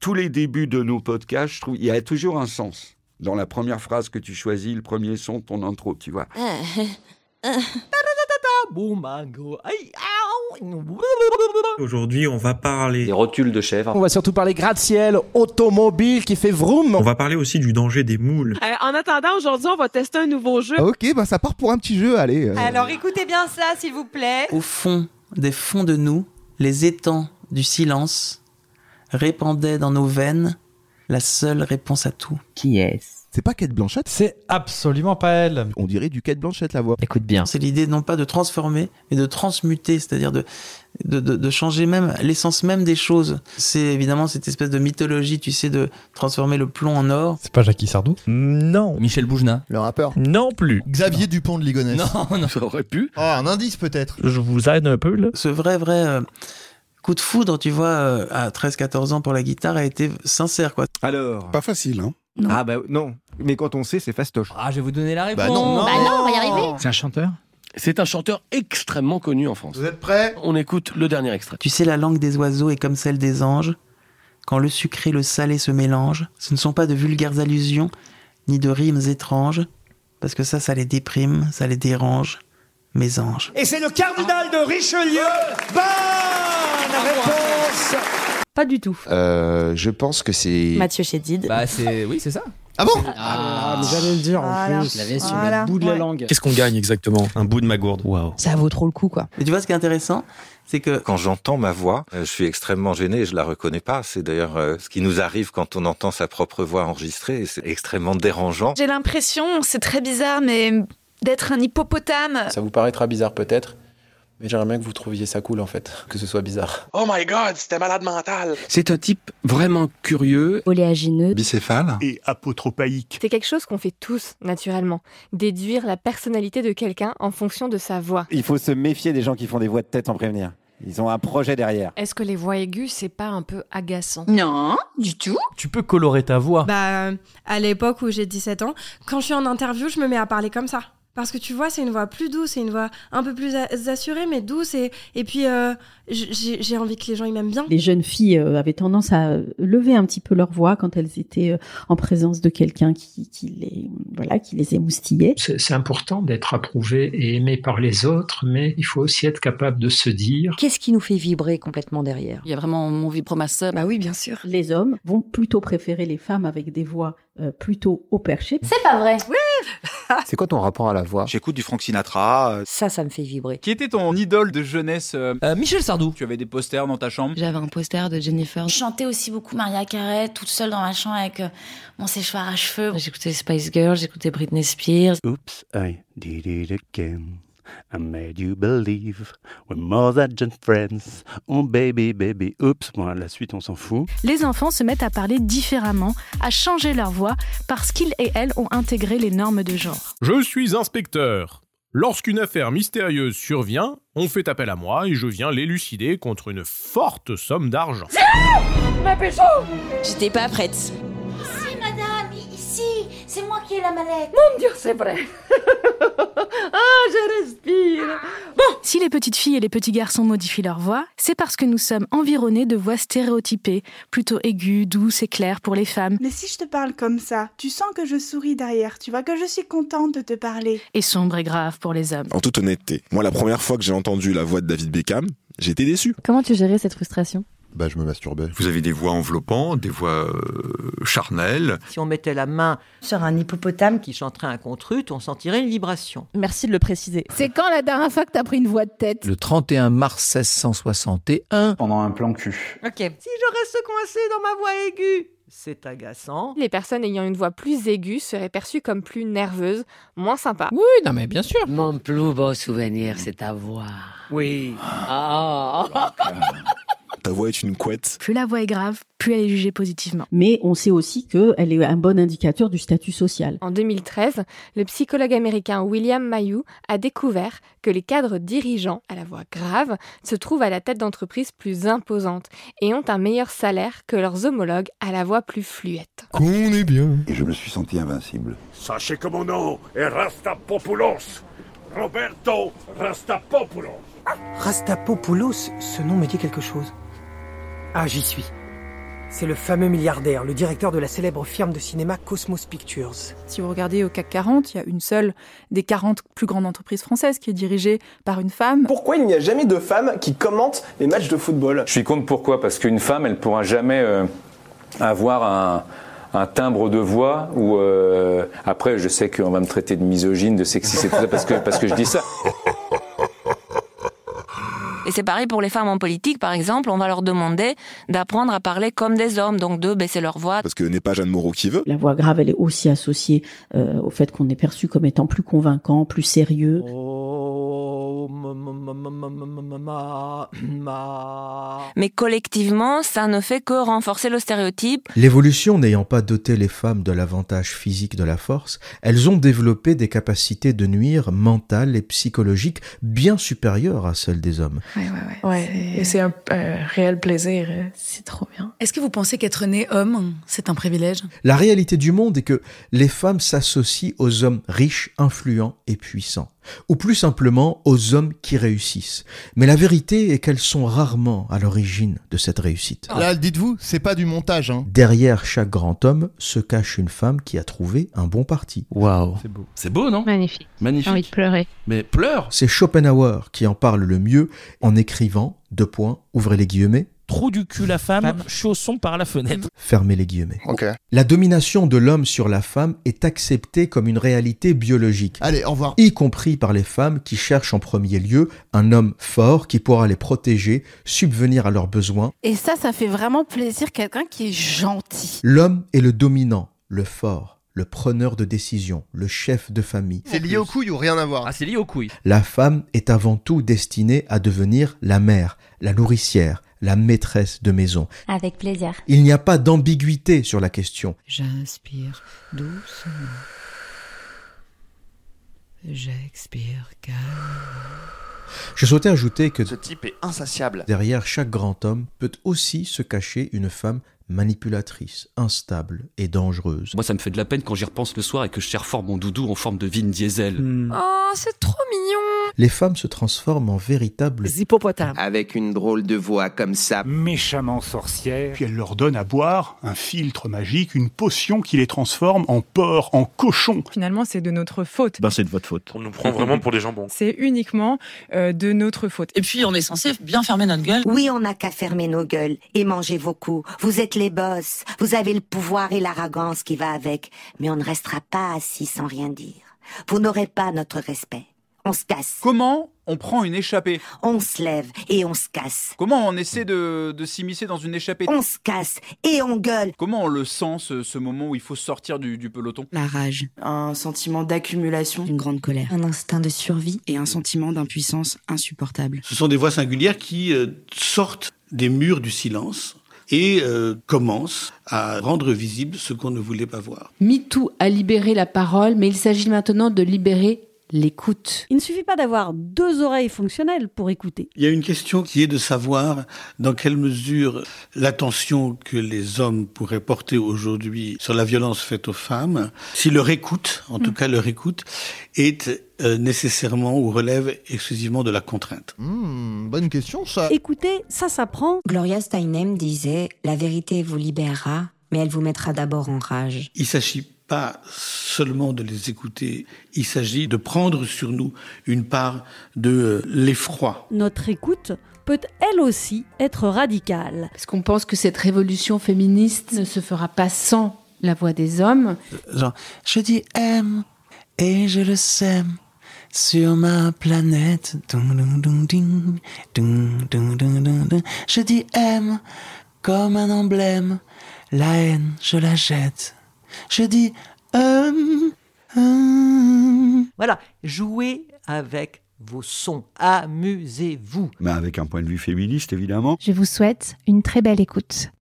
tous les débuts de nos podcasts, je trouve, il y a toujours un sens. Dans la première phrase que tu choisis, le premier son de ton intro, tu vois. Aujourd'hui, on va parler. Des rotules de chèvre. On va surtout parler gratte-ciel, automobile qui fait vroom. On va parler aussi du danger des moules. Euh, en attendant, aujourd'hui, on va tester un nouveau jeu. Ok, bah ça part pour un petit jeu, allez. euh. Alors écoutez bien cela, s'il vous plaît. Au fond des fonds de nous, les étangs du silence répandaient dans nos veines la seule réponse à tout. Qui est-ce C'est pas Kate Blanchette C'est absolument pas elle. On dirait du Kate Blanchette la voix. Écoute bien. C'est l'idée non pas de transformer, mais de transmuter, c'est-à-dire de, de, de- de changer même l'essence même des choses. C'est évidemment cette espèce de mythologie, tu sais, de transformer le plomb en or. C'est pas Jackie Sardou. Non. Michel Boujna. Le rappeur. Non plus. Xavier Dupont de Ligonnès. Non, non. Ça aurait pu. Oh, un indice peut-être. Je vous aide un peu, là. ce vrai, vrai euh, coup de foudre, tu vois, euh, à 13-14 ans pour la guitare, a été sincère, quoi. Alors. Pas facile, hein. Ah bah non. Mais quand on sait, c'est fastoche. Ah, je vais vous donner la réponse. Bah non, non. Bah non, on va y arriver. Oh. C'est un chanteur C'est un chanteur extrêmement connu en France. Vous êtes prêts On écoute le dernier extrait. Tu sais, la langue des oiseaux est comme celle des anges. Quand le sucré et le salé se mélangent, ce ne sont pas de vulgaires allusions, ni de rimes étranges, parce que ça, ça les déprime, ça les dérange, mes anges. Et c'est le cardinal de Richelieu. Bonne réponse. Pas du tout. Euh, je pense que c'est. Mathieu Chédid. Bah, c'est. Oui, c'est ça. Ah bon Ah, J'allais le dire en Voilà. plus. Je l'avais sur le Voilà. bout de la Ouais. langue. Qu'est-ce qu'on gagne exactement Un bout de ma gourde. Waouh. Ça vaut trop le coup, quoi. Mais tu vois, ce qui est intéressant, c'est que Quand j'entends ma voix, euh, je suis extrêmement gêné et je la reconnais pas. C'est d'ailleurs euh, ce qui nous arrive quand on entend sa propre voix enregistrée et c'est extrêmement dérangeant. J'ai l'impression, c'est très bizarre, mais d'être un hippopotame. Ça vous paraîtra bizarre peut-être, mais j'aimerais bien que vous trouviez ça cool en fait, que ce soit bizarre. Oh my god, c'était malade mental. C'est un type vraiment curieux. Oléagineux. Bicéphale Et apotropaïque. C'est quelque chose qu'on fait tous, naturellement. Déduire la personnalité de quelqu'un en fonction de sa voix. Il faut se méfier des gens qui font des voix de tête en prévenir. Ils ont un projet derrière. Est-ce que les voix aiguës, c'est pas un peu agaçant Non, du tout. Tu peux colorer ta voix. Bah, euh, à l'époque où j'ai 17 ans, quand je suis en interview, je me mets à parler comme ça. Parce que tu vois, c'est une voix plus douce, c'est une voix un peu plus a- assurée, mais douce. Et, et puis, euh, j- j'ai j'ai envie que les gens ils m'aiment bien. Les jeunes filles euh, avaient tendance à lever un petit peu leur voix quand elles étaient euh, en présence de quelqu'un qui, qui les voilà, qui les émoustillait. C'est important d'être approuvé et aimé par les autres, mais il faut aussi être capable de se dire Qu'est-ce qui nous fait vibrer complètement derrière Il y a vraiment mon vibromasseur. Bah oui, bien sûr. Les hommes vont plutôt préférer les femmes avec des voix euh, plutôt haut perchées. C'est pas vrai. C'est quoi ton rapport à la voix J'écoute du Frank Sinatra. Ça, ça me fait vibrer. Qui était ton idole de jeunesse euh euh, Michel Sardou. Tu avais des posters dans ta chambre J'avais un poster de Jennifer. Je chantais aussi beaucoup Maria Carey, toute seule dans ma chambre avec euh, mon séchoir à cheveux. J'écoutais Spice Girls, j'écoutais Britney Spears. Oops, I did it again. I made you believe we're more than just friends. Oh baby, baby, oops. Bon, la suite, on s'en fout. Les enfants se mettent à parler différemment, à changer leur voix, parce qu'ils et elles ont intégré les normes de genre. Je suis inspecteur. Lorsqu'une affaire mystérieuse survient, on fait appel à moi et je viens l'élucider contre une forte somme d'argent. J'étais pas prête. Madame, ici, c'est moi qui ai la mallette. Ah, Si les petites filles et les petits garçons modifient leur voix, c'est parce que nous sommes environnés de voix stéréotypées, plutôt aiguës, douces et claires pour les femmes, Mais si je te parle comme ça, tu sens que je souris derrière, tu vois que je suis contente de te parler. et sombres et graves pour les hommes. En toute honnêteté, moi la première fois que j'ai entendu la voix de David Beckham, j'étais déçu. Comment tu gérais cette frustration Bah, je me masturbais. Vous avez des voix enveloppantes, des voix euh, charnelles. Si on mettait la main sur un hippopotame qui chanterait un contrut, on sentirait une vibration. Merci de le préciser. C'est quand la dernière fois que t'as pris une voix de tête Le 31 mars 1661. Pendant un plan cul. Ok. Si je reste coincé dans ma voix aiguë, c'est agaçant. Les personnes ayant une voix plus aiguë seraient perçues comme plus nerveuses, moins sympas. Oui, non, mais bien sûr. Mon plus beau souvenir, c'est ta voix. Oui. Ah, Ta voix est une couette. Plus la voix est grave, plus elle est jugée positivement. Mais on sait aussi qu'elle est un bon indicateur du statut social. En 2013, le psychologue américain William Mayhew a découvert que les cadres dirigeants à la voix grave se trouvent à la tête d'entreprises plus imposantes et ont un meilleur salaire que leurs homologues à la voix plus fluette. Qu'on est bien. Et je me suis senti invincible. Sachez que mon nom est Rastapopoulos. Roberto Rastapopoulos. Rastapopoulos, ce nom me dit quelque chose. Ah, j'y suis. C'est le fameux milliardaire, le directeur de la célèbre firme de cinéma Cosmos Pictures. Si vous regardez au CAC 40, il y a une seule des 40 plus grandes entreprises françaises qui est dirigée par une femme. Pourquoi il n'y a jamais de femmes qui commentent les matchs de football Je suis contre pourquoi Parce qu'une femme, elle pourra jamais euh, avoir un, un timbre de voix ou euh, après, je sais qu'on va me traiter de misogyne, de sexiste et tout ça parce que, parce que je dis ça. Et c'est pareil pour les femmes en politique, par exemple, on va leur demander d'apprendre à parler comme des hommes, donc de baisser leur voix. Parce que n'est pas Jeanne Moreau qui veut. La voix grave, elle est aussi associée euh, au fait qu'on est perçu comme étant plus convaincant, plus sérieux. Oh, Mais collectivement, ça ne fait que renforcer le stéréotype. L'évolution n'ayant pas doté les femmes de l'avantage physique de la force, elles ont développé des capacités de nuire mentales et psychologiques bien supérieures à celles des hommes. Ouais, et c'est un euh, réel plaisir. C'est trop bien. Est-ce que vous pensez qu'être né homme, c'est un privilège La réalité du monde est que les femmes s'associent aux hommes riches, influents et puissants, ou plus simplement aux hommes qui réussissent. Mais la vérité est qu'elles sont rarement à l'origine de cette réussite. Là, dites-vous, c'est pas du montage. Hein. Derrière chaque grand homme se cache une femme qui a trouvé un bon parti. Waouh C'est beau, non Magnifique. Magnifique. J'ai envie de pleurer. Mais pleure C'est Schopenhauer qui en parle le mieux en écrivant, deux points, ouvrez les guillemets, Trou du cul la femme, chausson par la fenêtre. Fermez les guillemets. La domination de l'homme sur la femme est acceptée comme une réalité biologique. Allez, au revoir. Y compris par les femmes qui cherchent en premier lieu un homme fort qui pourra les protéger, subvenir à leurs besoins. Et ça, ça fait vraiment plaisir quelqu'un qui est gentil. L'homme est le dominant, le fort, le preneur de décision, le chef de famille. C'est lié aux couilles ou rien à voir Ah, c'est lié aux couilles. La femme est avant tout destinée à devenir la mère, la nourricière, la maîtresse de maison. Avec plaisir. Il n'y a pas d'ambiguïté sur la question. J'inspire doucement. J'expire calme. Je souhaitais ajouter que Ce type est insatiable. derrière chaque grand homme peut aussi se cacher une femme manipulatrice, instable et dangereuse. Moi, ça me fait de la peine quand j'y repense le soir et que je serre fort mon doudou en forme de Vin Diesel. Ah, Oh, c'est trop mignon. Les femmes se transforment en véritables hippopotames. Avec une drôle de voix comme ça. méchamment sorcière. Puis elle leur donne à boire un filtre magique, une potion qui les transforme en porc, en cochon. Finalement, c'est de notre faute. Ben c'est de votre faute. On nous prend vraiment pour des jambons. C'est uniquement euh, de notre faute. Et puis, on est censé bien fermer notre gueule. Oui, on n'a qu'à fermer nos gueules et manger vos coups. Vous êtes les boss, vous avez le pouvoir et l'arrogance qui va avec, mais on ne restera pas assis sans rien dire. Vous n'aurez pas notre respect. On se casse. Comment on prend une échappée On se lève et on se casse. Comment on essaie de, de s'immiscer dans une échappée On se casse et on gueule. Comment on le sent, ce, ce moment où il faut sortir du, du peloton La rage. Un sentiment d'accumulation, une grande colère, un instinct de survie et un sentiment d'impuissance insupportable. Ce sont des voix singulières qui euh, sortent des murs du silence et euh, commencent à rendre visible ce qu'on ne voulait pas voir. MeToo a libéré la parole, mais il s'agit maintenant de libérer l'écoute. Il ne suffit pas d'avoir deux oreilles fonctionnelles pour écouter. Il y a une question qui est de savoir dans quelle mesure l'attention que les hommes pourraient porter aujourd'hui sur la violence faite aux femmes, si leur écoute, en tout Mm. cas leur écoute, est euh, nécessairement ou relève exclusivement de la contrainte. bonne question ça. Écouter, ça s'apprend. Gloria Steinem disait La vérité vous libérera, mais elle vous mettra d'abord en rage. Il s'agit pas seulement de les écouter, il s'agit de prendre sur nous une part de euh, l'effroi. Notre écoute peut elle aussi être radicale. Parce qu'on pense que cette révolution féministe ne se fera pas sans la voix des hommes. Genre, je dis aime et je le sème sur ma planète. Dun, dun, dun, ding. Dun, dun, dun, dun, dun. Je dis aime comme un emblème. La haine, je la jette. Je dis aime. Voilà, jouez avec vos sons, amusez-vous. Mais avec un point de vue féministe, évidemment. Je vous souhaite une très belle écoute.